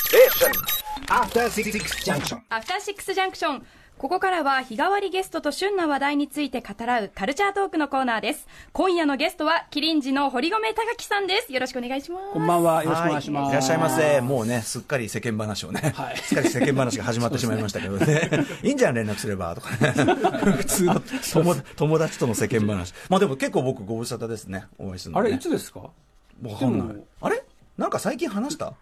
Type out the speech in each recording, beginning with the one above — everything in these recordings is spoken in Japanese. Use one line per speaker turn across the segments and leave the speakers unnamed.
Station.
After Six Junction.
アフターシックスジャンクション。ここからは日替わりゲストと旬な話題について語らうカルチャートークのコーナーです。今夜のゲストはキリンジの堀米貴樹さんです。よろしくお願いします。
こんばんは、よろしくお願いします。
いらっしゃいませ。もうね、すっかり世間話をね、
はい
すっかり世間話が始まってしまいましたけど ね、いいんじゃん、連絡すればとかね、普通の友友達との世間 話、まあでも結構僕、ご無沙汰ですね、お会いするの、
あ
ね、
れ、いつですか
わかんな
で
い
も。
あれなんか最近話した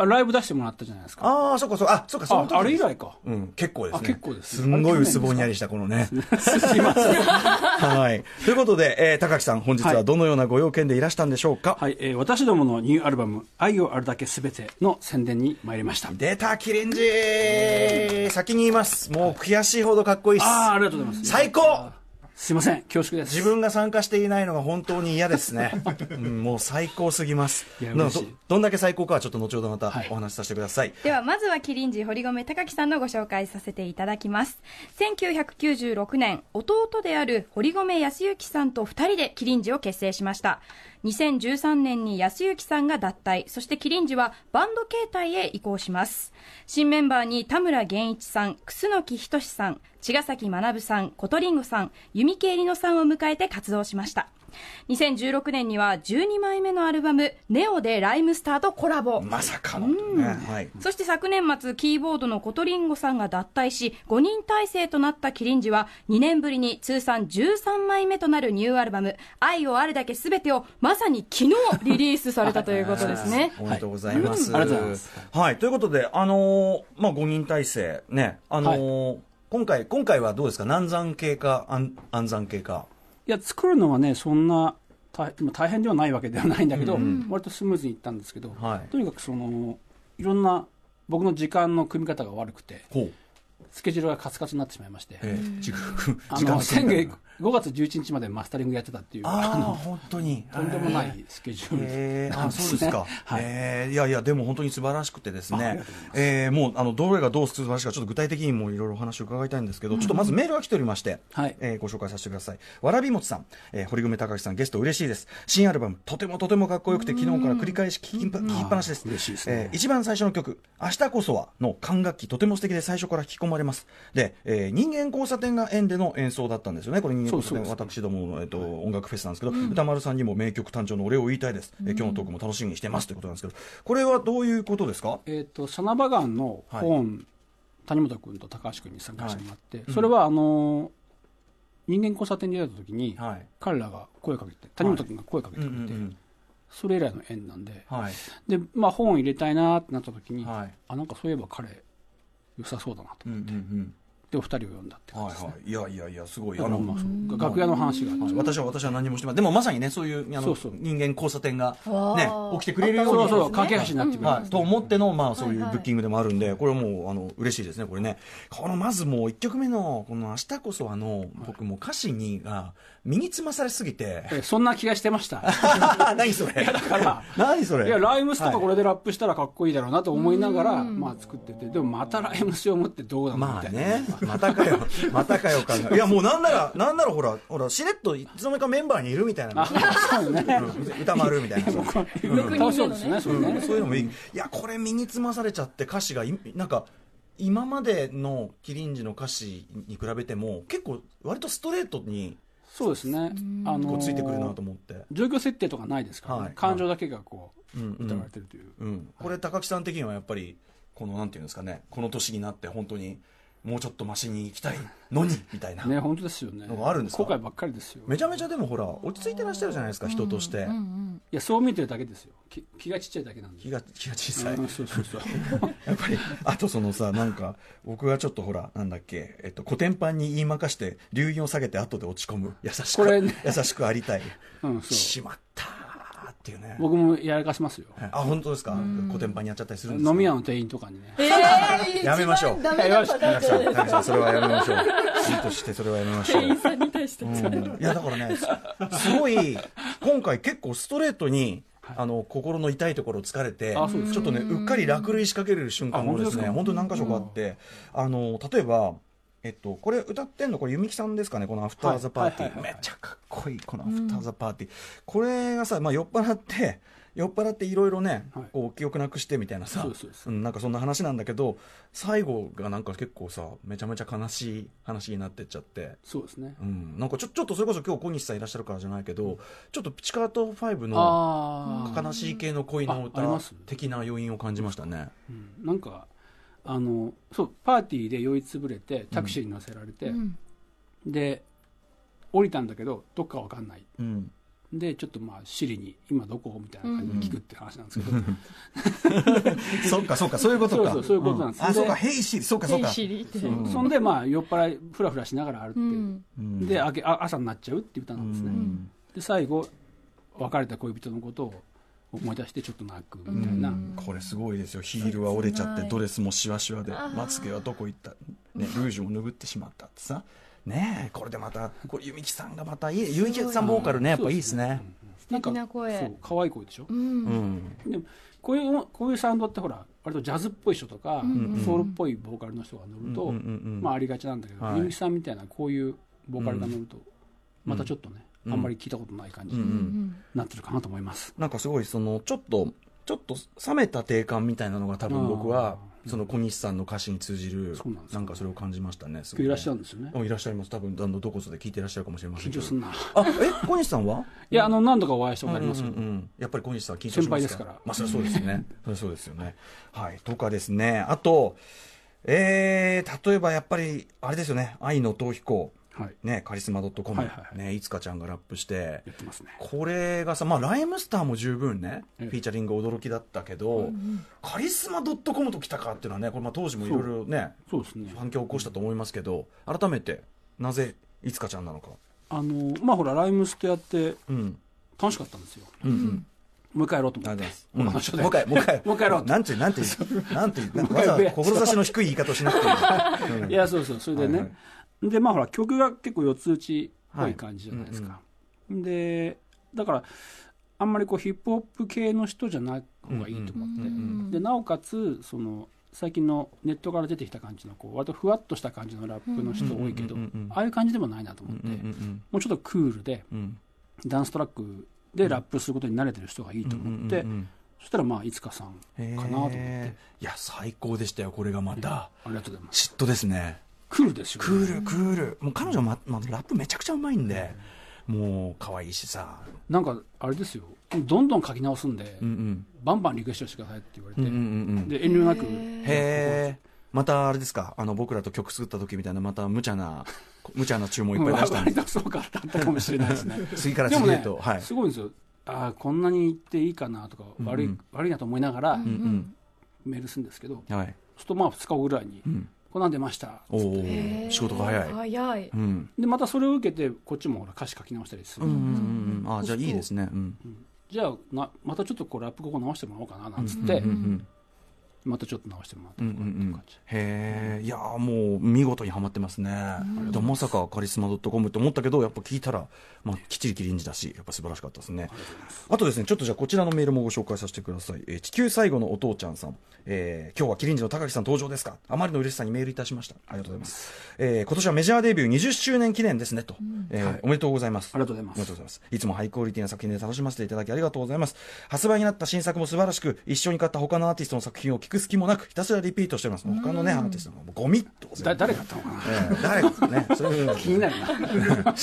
あライブ出してもらったじゃないですか。
ああ、そっかそっか、あそっか、その
あ
時
あれ以来か。
うん、結構ですね。
あ結構です
す
ね
んごい薄ぼんやりしたこのね。すいません。 はい。ということで、えー高木さん、本日はどのようなご用件でいらしたんでしょうか、
はい、えー私どものニューアルバム、愛をあるだけすべての宣伝に参りました。
出た、キリンジ先に言います。もう悔しいほどかっこいいっす。
ああ、ありがとうございます。
最高
すいません、恐縮です。
自分が参加していないのが本当に嫌です ね、うんもう最高すぎます
いや
なの
嬉しい
どどんだけ最高かはちょっと後ほどまた
はい
お話しさせてください、
ではまずはキリンジ堀米貴樹さんのご紹介させていただきます1996年弟である堀米康之さんと2人でキリンジを結成しました2013年に康之さんが脱退そしてキリンジはバンド形態へ移行します新メンバーに田村源一さん楠木仁さん茅ヶ崎学さん小鳥んごさん弓木絵里乃さんを迎えて活動しました2016年には12枚目のアルバム「ネオでライムスターとコラボ
まさかの、ねはい、。
そして昨年末、キーボードのコトリンゴさんが脱退し、5人体制となったキリンジは、2年ぶりに通算13枚目となるニューアルバム、愛をあるだけすべてを、まさに昨日リリースされたということですね
おめでとうございます、
はいうんありがとうございます
はいということであのーまあ5人体制ねあのー今回今回はどうですか南山系か安安山系か
いや、作るのはね、そんな大まあ大変ではないわけではないんだけど、割とスムーズにいったんですけど、
はい
とにかくその、いろんな僕の時間の組み方が悪くて、
ほう、
スケジュールがカツカツになってしまいまして、
えー、時間
あ
時間
の
の制
先
限
月5月11日までマスタリングやってたっていう、
ああ
あ
本当に
のとんでもないスケジュール
えー あ
なんですね
そうですか、
はい
えーいやいや、でも本当に素晴らしくてです
ああり
ね
がとうござい、
えーもうあのどれがどう素晴らしいか、ちょっと具体的にもういろいろお話を伺いたいんですけど、ちょっとまずメールが来ておりまして、
はい
えーご紹介させてください、わらびもちさん、えー堀米貴樹さん、ゲスト嬉しいです、新アルバム、とてもとてもかっこよくて、昨日から繰り返し聞きっぱ聞きっぱなしです、
嬉しいですね
えー一番最初の曲「明日こそは」の管楽器とても素敵で最初から引き込まれますで、えー人間交差点が縁での演奏だったんですよねこれ人間交差点
そうそう
私どもの、えっと音楽フェスなんですけど、歌丸さんにも名曲誕生のお礼を言いたいです、えー今日のトークも楽しみにしてますということなんですけどこれはどういうことですか
えっ、と、サナバガンの
はい
本、谷本君と高橋君に参加してもらって、それはあのー人間交差点でやった時に、
はい
彼らが声かけて、谷本君が声かけてくれて、それ以来の縁なんで、
はい
で、まあ本入れたいなってなった時に、
はい
あ、なんかそういえば彼、良さそうだなと
うんう
思って、
ん
で、お二人を呼んだって
うん
感じ
は
です
い
ね。
はいいやいやいやすごい
だ
あ
から
の
まあそう楽屋の話があって、
はい私は私は何もしてませんでもまさにねそういうあの
そうそう
人間交差点が、ね
わ、ー
起きてくれるように
そうそう、架け橋になってくれる、
はい、と思っての、まあ、そういうブッキングでもあるんで、これはもうあの嬉しいですね、これね、このまずもう1曲目の、この明日こそあの、僕、もう歌詞にが身につまされすぎて、
えそんな気がしてました。
何それ、
から
何それ、
いや、ライムスとか
はい
これでラップしたらかっこいいだろうなと思いながら、まあ作ってて、でもまたライムスを持ってどうなの
ま
み
あ
たいな。
ね、またかよ、 またかよ感が、いや、もうなんなら、なんならほら、ほら、しれっといつの間にかメンバーにいるみたいな、
あそうね。
うん歌丸みたいな。
楽しそうですね、それね。
そういうのもいい、いや、これ、身につまされちゃって、歌詞がい、なんか、今までのキリンジの歌詞に比べても、結構、割とストレートに
そうですね。あ
こ
の
うついてくるなと思って、
状況設定とかないですから
は
ね
い。
感情だけがこう、
うんうん
歌われてるという。
うん、これ、高木さん的にはやっぱり、このなんていうんですかね、この年になって、本当にもうちょっとマシに行きたいのにみたいな、
ね、本当ですよね。
のがあるんですか
後悔ばっかりですよ。
めちゃめちゃでもほら、落ち着いてらっしゃるじゃないですか、人として、
いや、そう見てるだけですよ。き気がちっちゃいだけなんで
気。が気が小さい。
うんそうそ うそう。
やっぱりあとそのさなんか僕がちょっとほらなんだっけ、えっと、古典版に言いまかして流飲を下げて後で落ち込む優しく、
これね
優しくありたい
うん、そう。
しまったーっていうね
僕もやらかしますよ。
あ本当ですか古典版にやっちゃったりするんですか
飲み屋の店員とかにね。
やめましょう
ダメなパターン
高木
じゃない
さん高木さんそれはやめましょ うシーとしてそれはやめましょううんいやだからねすすごい今回結構ストレートにあの心の痛いところを疲れてちょ
あそうですか
っとねうっかり落雷しかけれる瞬間もですね
あ
本当に何箇所かあってあの例えばえっと、これ歌ってんのこれ弓木さんですかねこの「アフター・ザ・パーティー」
はいはいはいはい
めっちゃかっこいいこの「アフター・ザ・パーティー」これがさ、まあ、酔っ払って酔っ払っていろいろね、
はい
こう記憶なくしてみたいなさ
そうですそうです
んなんかそんな話なんだけど最後がなんか結構さめちゃめちゃ悲しい話になってっちゃって。
そうですね
うん、なんかちょちょっとそれこそ今日小西さんいらっしゃるからじゃないけどちょっとピチカート5の
ああ、
悲しい系の恋の歌
ああります
的な余韻を感じましたね。
うんなんかあのそうパーティーで酔いつぶれてタクシーに乗せられて、
うん
で降りたんだけどどっかわかんない
うん、
でちょっとまあシリに「今どこ?」みたいな感じで聞くって話なんですけど、
そっかそっかそういうことか。
そうそうそういうことなんです
あそうか
で
ヘイシーそうかそうか。
リって
そうそんでまあ酔っ払いフラフラしながら歩いて、
うん
うん
であけあ朝になっちゃうっていう歌なんですね、
うん
で最後別れた恋人のことを思い出してちょっと泣くみたいな、
これすごいですよヒールは折れちゃって
はい
ドレスもシワシワでまつげはどこ行った、ね、ルージュも拭ってしまったってさねえこれでまたこれゆみきさんがまたいいゆみきさんボーカルねやっぱいいですね
なんか
素敵な声
そう可愛い声でしょ、
うん
うん
でもこういうこういうサウンドってほら割とジャズっぽい人とか、ソウルっぽいボーカルの人が乗ると、
うんうんうんうん
まあ、ありがちなんだけど、
はい
ゆみきさんみたいなこういうボーカルが乗ると、またちょっとね、あんまり聞いたことない感じ
うんう
に
ん
なってるかなと思います、
なんかすごいそのちょっとちょっと冷めた定感みたいなのが多分僕はその小西さんの歌詞に通じる
そうなんです
なんかそれを感じましたねすご
今日いらっしゃ
る
るんですよね
いらっしゃいます多分あのどこぞで聞いていらっしゃるかもしれませんけ
緊張
ど
すんな、
あえ小西さんはい
やあの何度かお会いしたことありますけど、
うんうんうんやっぱり小西さんは緊張します
先輩ですから
まあそれはそうですよねそれはそうですよねはいとかですねあとえー、例えばやっぱりあれですよね「愛の逃避行」
はい
ねカリスマ .com、
はいはいはい
ねいつかちゃんがラップして
やってますね
これがさ、まあ、ライムスターも十分ね、
ええ
フィーチャリング驚きだったけど、カリスマ .com ときたかっていうのはね、これまあ当時もいろいろね、
そうですね
反響を起こしたと思いますけど、改めて、なぜいつかちゃんなのか。
あのまあほらライムスとやって
うん。
楽しかったんですよ
うんうん。
もう一回やろうと思
あ
っ
り
て
がとうござい
この
ま
場
す
所
うん
で
もう一回、 もう一回。
もう一回やろうと
なんていう、なんていう、なんていう、なんかわざわざ志の低い言い方しなくていい。うん
いやそうそうそれでね、
はい
でまあほら曲が結構四つ打ちっぽい感じじゃないですか、でだからあんまりこうヒップホップ系の人じゃない方がいいと思って、でなおかつその最近のネットから出てきた感じのこう割とふわっとした感じのラップの人多いけど、
うんうんうんうん
ああいう感じでもないなと思って、
うんうん
もうちょっとクールで
うんうん
ダンストラックでラップすることに慣れてる人がいいと思って、
うんうんうんうん
そしたらまあいつかさんか
へー
なと思って
いや、最高でしたよ、これがまた。
ありがとうございます
嫉妬ですね。
クールですよ、ね、
クールクールもう彼女ま、まラップめちゃくちゃうまいんで、もう可愛いしさ
なんかあれですよどんどん書き直すんで、
うん
バンバンリクエストしてくださいって言われて、
うんうんうんうん
で遠慮なく
へえまたあれですかあの僕らと曲作った時みたいなまた無茶な無茶な注文いっぱい出したんで
割とそうかだったかもしれないですね
次から
でも
次へ
ね
と、はい
すごいんですよああこんなに言っていいかなとか悪い,、悪いなと思いながら
うん
メールするんですけど、
うんはい
そうするとまあ2日後ぐらいに、こんなん出ました
おお仕事が早い
早い
うん
でまたそれを受けてこっちもほら歌詞書き直したりする、
うんうんうんあじゃあいいですねうん
じゃあなまたちょっとこうラップここ直してもらおうかななんつって、
うんうん
またちょっと直してもらって
うんう
と
ん
か
う
っていうん感じ、
へえいやーもう見事にはまってますね、でもまさかカリスマ .com って思ったけどやっぱ聞いたら、まあ、きっちりキリンジだしやっぱ素晴らしかったですねあとですねちょっとじゃあこちらのメールもご紹介させてください、えー地球最後のお父ちゃんさん、えー今日はキリンジの高木さん登場ですかあまりの嬉しさにメールいたしましたありがとうございます、えー今年はメジャーデビュー20周年記念ですねと、えーおめでとうございます
ありがとうございま
あ
す
りがとうございます。いつもハイクオリティな作品で楽しませていただきありがとうございます。発売になった新作も素晴らしく、一緒に買った他のアーティストの作品を聞く隙もなく、ひたすらリピートしております。もう他のね、アーティストのゴミってこと
だ
で
誰だったのかな
ええ誰かね、そう いうの
気になるな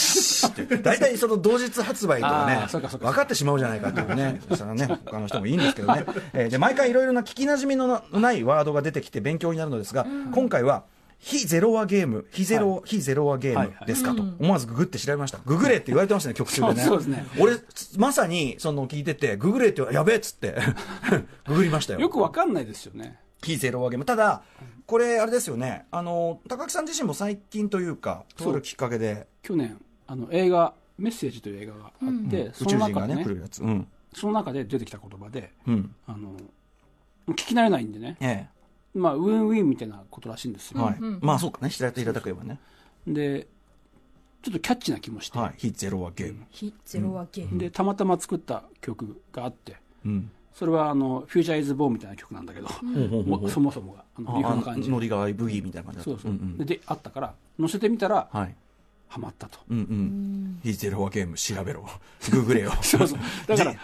大体その同日発売とか
あ
ね
ーそうかそうか
分かってしまうじゃないかっていうねそれはね他の人もいいんですけどね、えーで毎回いろいろな聞きなじみのなないワードが出てきて勉強になるのですが、今回は非ゼロはゲーム、非ゼロ、非ゼロはゲームですかと、思わずググって調べました。ググれって言われてましたね、曲中でね。
そうそうですね
俺、まさに、その、聞いてて、ググれって言わ、やべえっつって、 ググりましたよ。
よくわかんないですよね
非ゼロはゲーム。ただ、これ、あれですよね、あの、高木さん自身も最近というか、
そう
通るきっかけで、
去年あの映画「メッセージ」という映画があって、
宇
そ
宙
の
人
中
が
で、
ね、来
ね
るやつ。うん。
その中で出てきた言葉で
うん。
あの聞き慣れないんでね、
え
まあ、ウィンウィンみたいなことらしいんです
え、
よ、
はい、まあそうかね、平手平たく言えばね、
でちょっとキャッチな気もして、
はい、非ゼロはゲーム、
非ゼロはゲーム
でたまたま作った曲があって
うん、
それはあの「フューチャーイズ・ボー」みたいな曲なんだけど、
ほうほうほ
も
う
そもそもがあのリフ
あ
の感じ
ノリがブギーみたいな感じだった
そうそう、
んん
でであったから載せてみたら
はい、
ハマったと
うんうん、非ゼロはゲーム、調べろ、ググれよ、
そうそうだから
で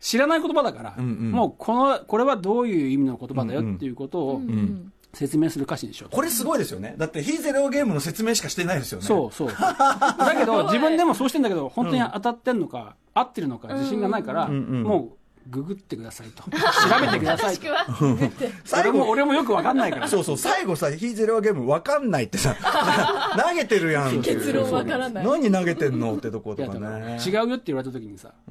知らない言葉だから、
うんうん
もうこのこれはどういう意味の言葉だよっていうことを
ん
説明する歌詞にしようと、
これすごいですよね。だって、非ゼロゲームの説明しかしてないですよね。
そうそうだ けど自分でもそうしてんだけど本当に当たってんのか、合ってるのか自信がないから、
んうん
もうググってくだ さいと調べてください
し
と
くは
最
俺
後
も俺もよくわかんないから
そうそう、最後さ、非ゼロゲームわかんないって さ、投げてるやんっていう。
結論わからない
何投げてんのってとこ
い
と
や
か
だから
ね。
違うよって言われた時にさ「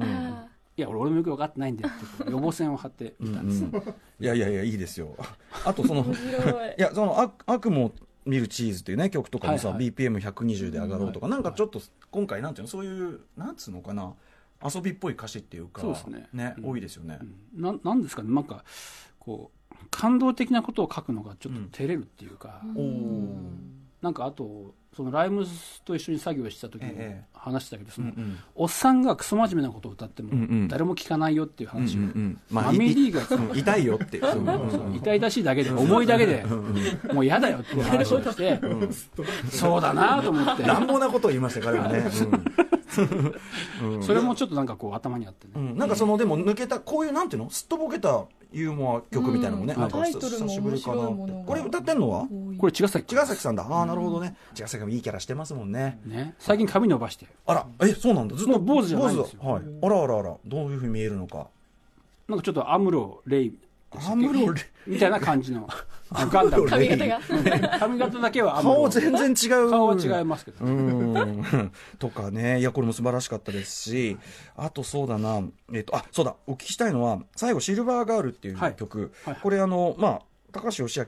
いや俺俺もよく分かってないんだよ」って予防線を張ってみたんです、
いやいやいや、いいです よ。あと、その、
白い
いや、その、悪悪夢を見るチーズっていうね、曲とかもさ、
はいはい
BPM120 で上がろうとか、なんかちょっと、今回、なんていうの、そういう、なんつうのかな、遊びっぽい歌詞っていうか、
そうですねうん
多いですよね。
ななんですかねなんかこう感動的なことを書くのがちょっと照れるっていうか、
おお。
なんかあとそのライムスと一緒に作業してた時
え
に
え
話してたけど、そ
うんう
の
ん。
おっさんがクソ真面目なことを歌って
うんうん
も誰も聞かないよっていう
うん
話を、
うんうん
マミリーが
うん痛いよ って。うんうんうん
痛々しいだけで重いだけでもう嫌だよっていう話をして、そうだなと思って
乱暴なことを言いましたよ彼は ね、
それもちょっとなんかこう頭にあってね、
うんうんなんかそのでも抜けたこういうなんていうのすっとぼけたユーモア曲みたいなのもね、
うん
なんか
タイトルも面白いものが
これ歌ってんのは
これ茅ヶ崎
茅ヶ崎さんだああなるほどね茅ヶ崎もいいキャラしてますもんね、
ね最近髪伸ばして
あらえそうなんだずっ
も
と
う坊主じゃないんですよ
坊主だはい、あらあらあらどういうふうに見えるのか
なんかちょっとアムロレイ
アムロレ
みたいな感じのあのガンダ
アム
ム
ロ
髪
レイ
型が
髪型だけはアムロ
顔全然違う
顔は違いますけど、
うーん とかね、いや、これも素晴らしかったですし、あとそうだな、えっと、あそうだ、お聞きしたいのは、最後、シルバーガールってい
は
う
い
曲、
はいはい
これ、あの、まあ、高橋義明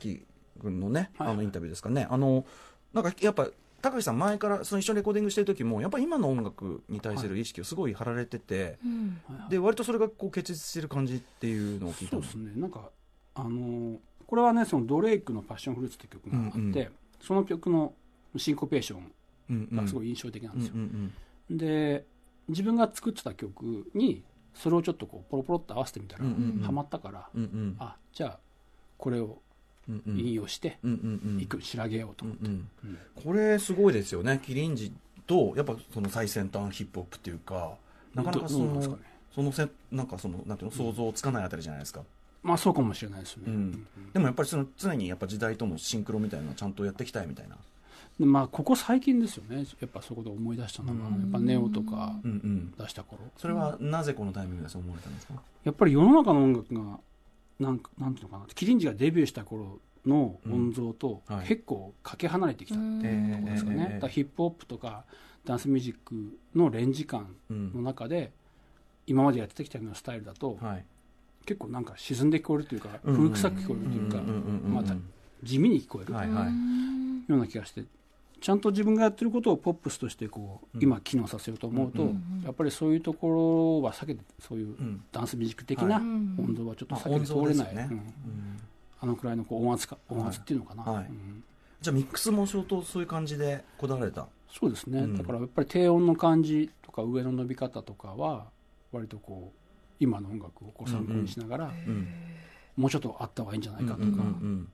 君のね、
はい
あのインタビューですかね、あの、なんかやっぱ、高橋さん、前からその一緒にレコーディングしてる時も、やっぱり今の音楽に対する意識をすごい張られてて、
うん
で割とそれがこう結実してる感じっていうのを聞いた
そ
ん
うですねなんかあのーこれはねそのドレイクの「パッションフルーツ」って曲があって、
うんうん
その曲のシンコペーション
うんうん
がすごい印象的なん
うん
で
う
すよ、
ん
で自分が作ってた曲にそれをちょっとこうポロポロっと合わせてみたら、
うんうんうん
ハマったから、
うんうん
あじゃあこれを
うんうん
引用して
うんうんうん
一句仕上げようと
う
思
ん
って、
うん
うん
これすごいですよねキリンジとやっぱその最先端ヒップホップっていうかなかなかそ
どうなん
の
ですかね
そのせなんかそのなんていうの想像つかないあたりじゃないですか、
まあそうかもしれないですね、
うんでもやっぱりその常にやっぱ時代とのシンクロみたいなのをちゃんとやっていきたいみたいな
でまあここ最近ですよねやっぱそこで思い出したのが、やっぱネオとか
うんうん
出した頃
それはなぜこのタイミングでそう思われたんですか、
やっぱり世の中の音楽がなんかなんていうのかなキリンジがデビューした頃の音像と
うんはい
結構かけ離れてきたっていうところですかね、
ええええええ
だからヒップホップとかダンスミュージックのレンジ感
う
の
ん
中で今までやってきたようなスタイルだと
はい、
結構なんか沈んで聞こえるというか
うんうん
古臭く聞こえるというかまた地味に聞こえる
はいはい
ような気がしてちゃんと自分がやってることをポップスとしてこう
うん
今機能させようと思う
う
と
ん
やっぱりそういうところは避けてそういう
うん
ダンスミュージック的な
はい
音像はちょっと
まあ
避けて通
音像で
れ
す
な
よ
い、
ね
うん
うん
あのくらいのこう音圧か音圧っていうのかな、
はい
うん
じゃあミックスも相当そういう感じでこだわれた
そうですね、
うん
だからやっぱり低音の感じとか上の伸び方とかは割とこう今の音楽をこう参考にしながら、
うん
もうちょっとあった方がいいんじゃないかとか、
うんうんうんうん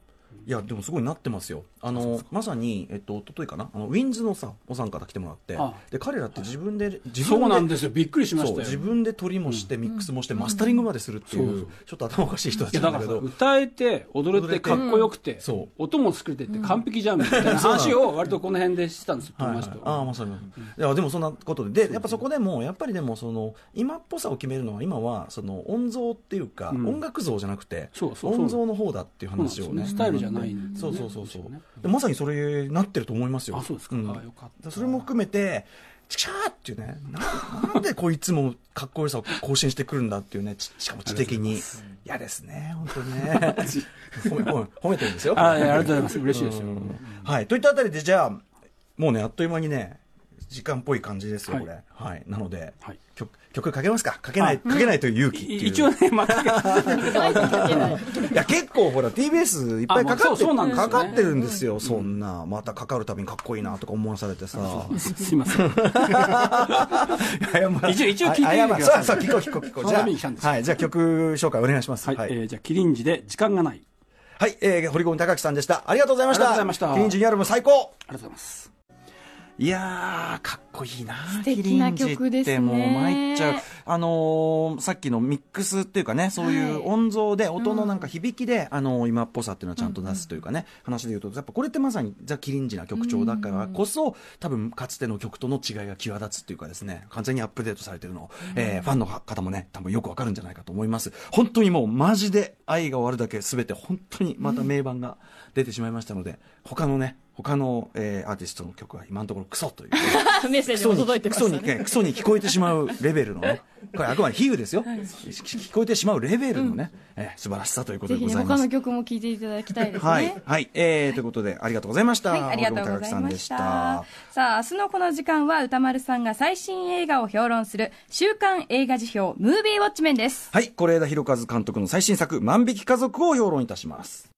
いやでもすごいなってますよあのまさに、えっと一昨日かなあのウィンズのさお三方来てもらって
ああ
で彼らって自分で、自
そうな
分
んですよびっくりしま
そ
し
う
たよ
自分で取りもして、ミックスもして、マスタリングまでするっていう,、
そうそう
ちょっと頭おかしい人た
い
ち
や
な
だ
ん
か
だ
ら
け
さ
ど
歌えて踊れ
踊れ
て
て
かっこよくて、
そ
音も作れてって完璧じゃんみたいな話を割とこの辺でしてたんですよ
はい
友
はい
達と、
ああまさに、いやでもそんなことででやっぱそこでもやっぱりでもその今っぽさを決めるのは今はその音像っていうか、
うん
音楽像じゃなくて
そうそうそう
音像の方だっていう話を
そう
ね
なんですねスタイルじゃないんです
そ
よ
う
ね
そうそうそう、
むしろね
でまさにそれになってると思いますよ
あそうですか、
ん
ああよかった
それも含めて、チキシャーっていうね、ななんでこいつもかっこよさを更新してくるんだっていうね、ちしかも知的に。嫌ですね、本当にね。 褒め、褒め、褒めてるんですよ。
ああいやありがとうございます嬉しいですよ、
うんはい。といったあたりで、じゃあ、もうね、あっという間にね、時間っぽい感じですよ、
はい
これ。はい。なので
はい、
曲、曲かけますかかけない、かけないという勇気っていう。
い一応ね、また、
いや結構ほら TBS いっぱいか
あ
か
も
っ
う
て
そうそうなんですよ
か
ね
かってるんですよ、そんなまたかかるたびにかっこいいなとか思わされてさ
すいません。
謝ら
一応一応聞いてみて
あ謝ら
ください
そうそう、聞こう聞こう聞こう。
そのために来たんです
はい、じゃあ曲紹介お願いします。
は、
はい
え
い。
ーじゃあ、キリンジで時間がない。
はい、えー堀込高木さんでした。ありがとうございました。
ありがとうございました
リンジニアルも最高
ありがとうございます。
いやー、かっこいいな
素敵な曲ですね
キリンジってもう参っちゃう。あのーさっきのミックスっていうかね、そういう音像で、音のなんか響きで、あのー今っぽさっていうのをちゃんと出すというかね、話で言うと、やっぱこれってまさにザ・キリンジな曲調だからこそ、多分かつての曲との違いが際立つっていうかですね、完全にアップデートされてるのを、えーファンの方もね、多分よくわかるんじゃないかと思います。本当にもうマジで愛が終わるだけ全て本当にまた名盤が出てしまいましたので、他のね、他の、えーアーティストの曲は今のところクソという。
メッセー
ク
ジも
ソに
届いてま
ク
した
ソ
ね
にねクソに聞こえてしまうレベルの ね、これあくまで比喩ですよ、聞こえてしまうレベルのね、えー素晴らしさということ
ぜひ
でご
ね
ざい
他
ます
の。曲も聴いていただきたいですね、
はい、はい、えー、ということで、ありがとうございました。
はい、ありがとうござい
堀本高木さん
ま
で
した。さあ、明日のこの時間は歌丸さんが最新映画を評論する週刊映画辞表ムービーウォッチメンです。
はい、是枝裕和監督の最新作、万引き家族を評論いたします。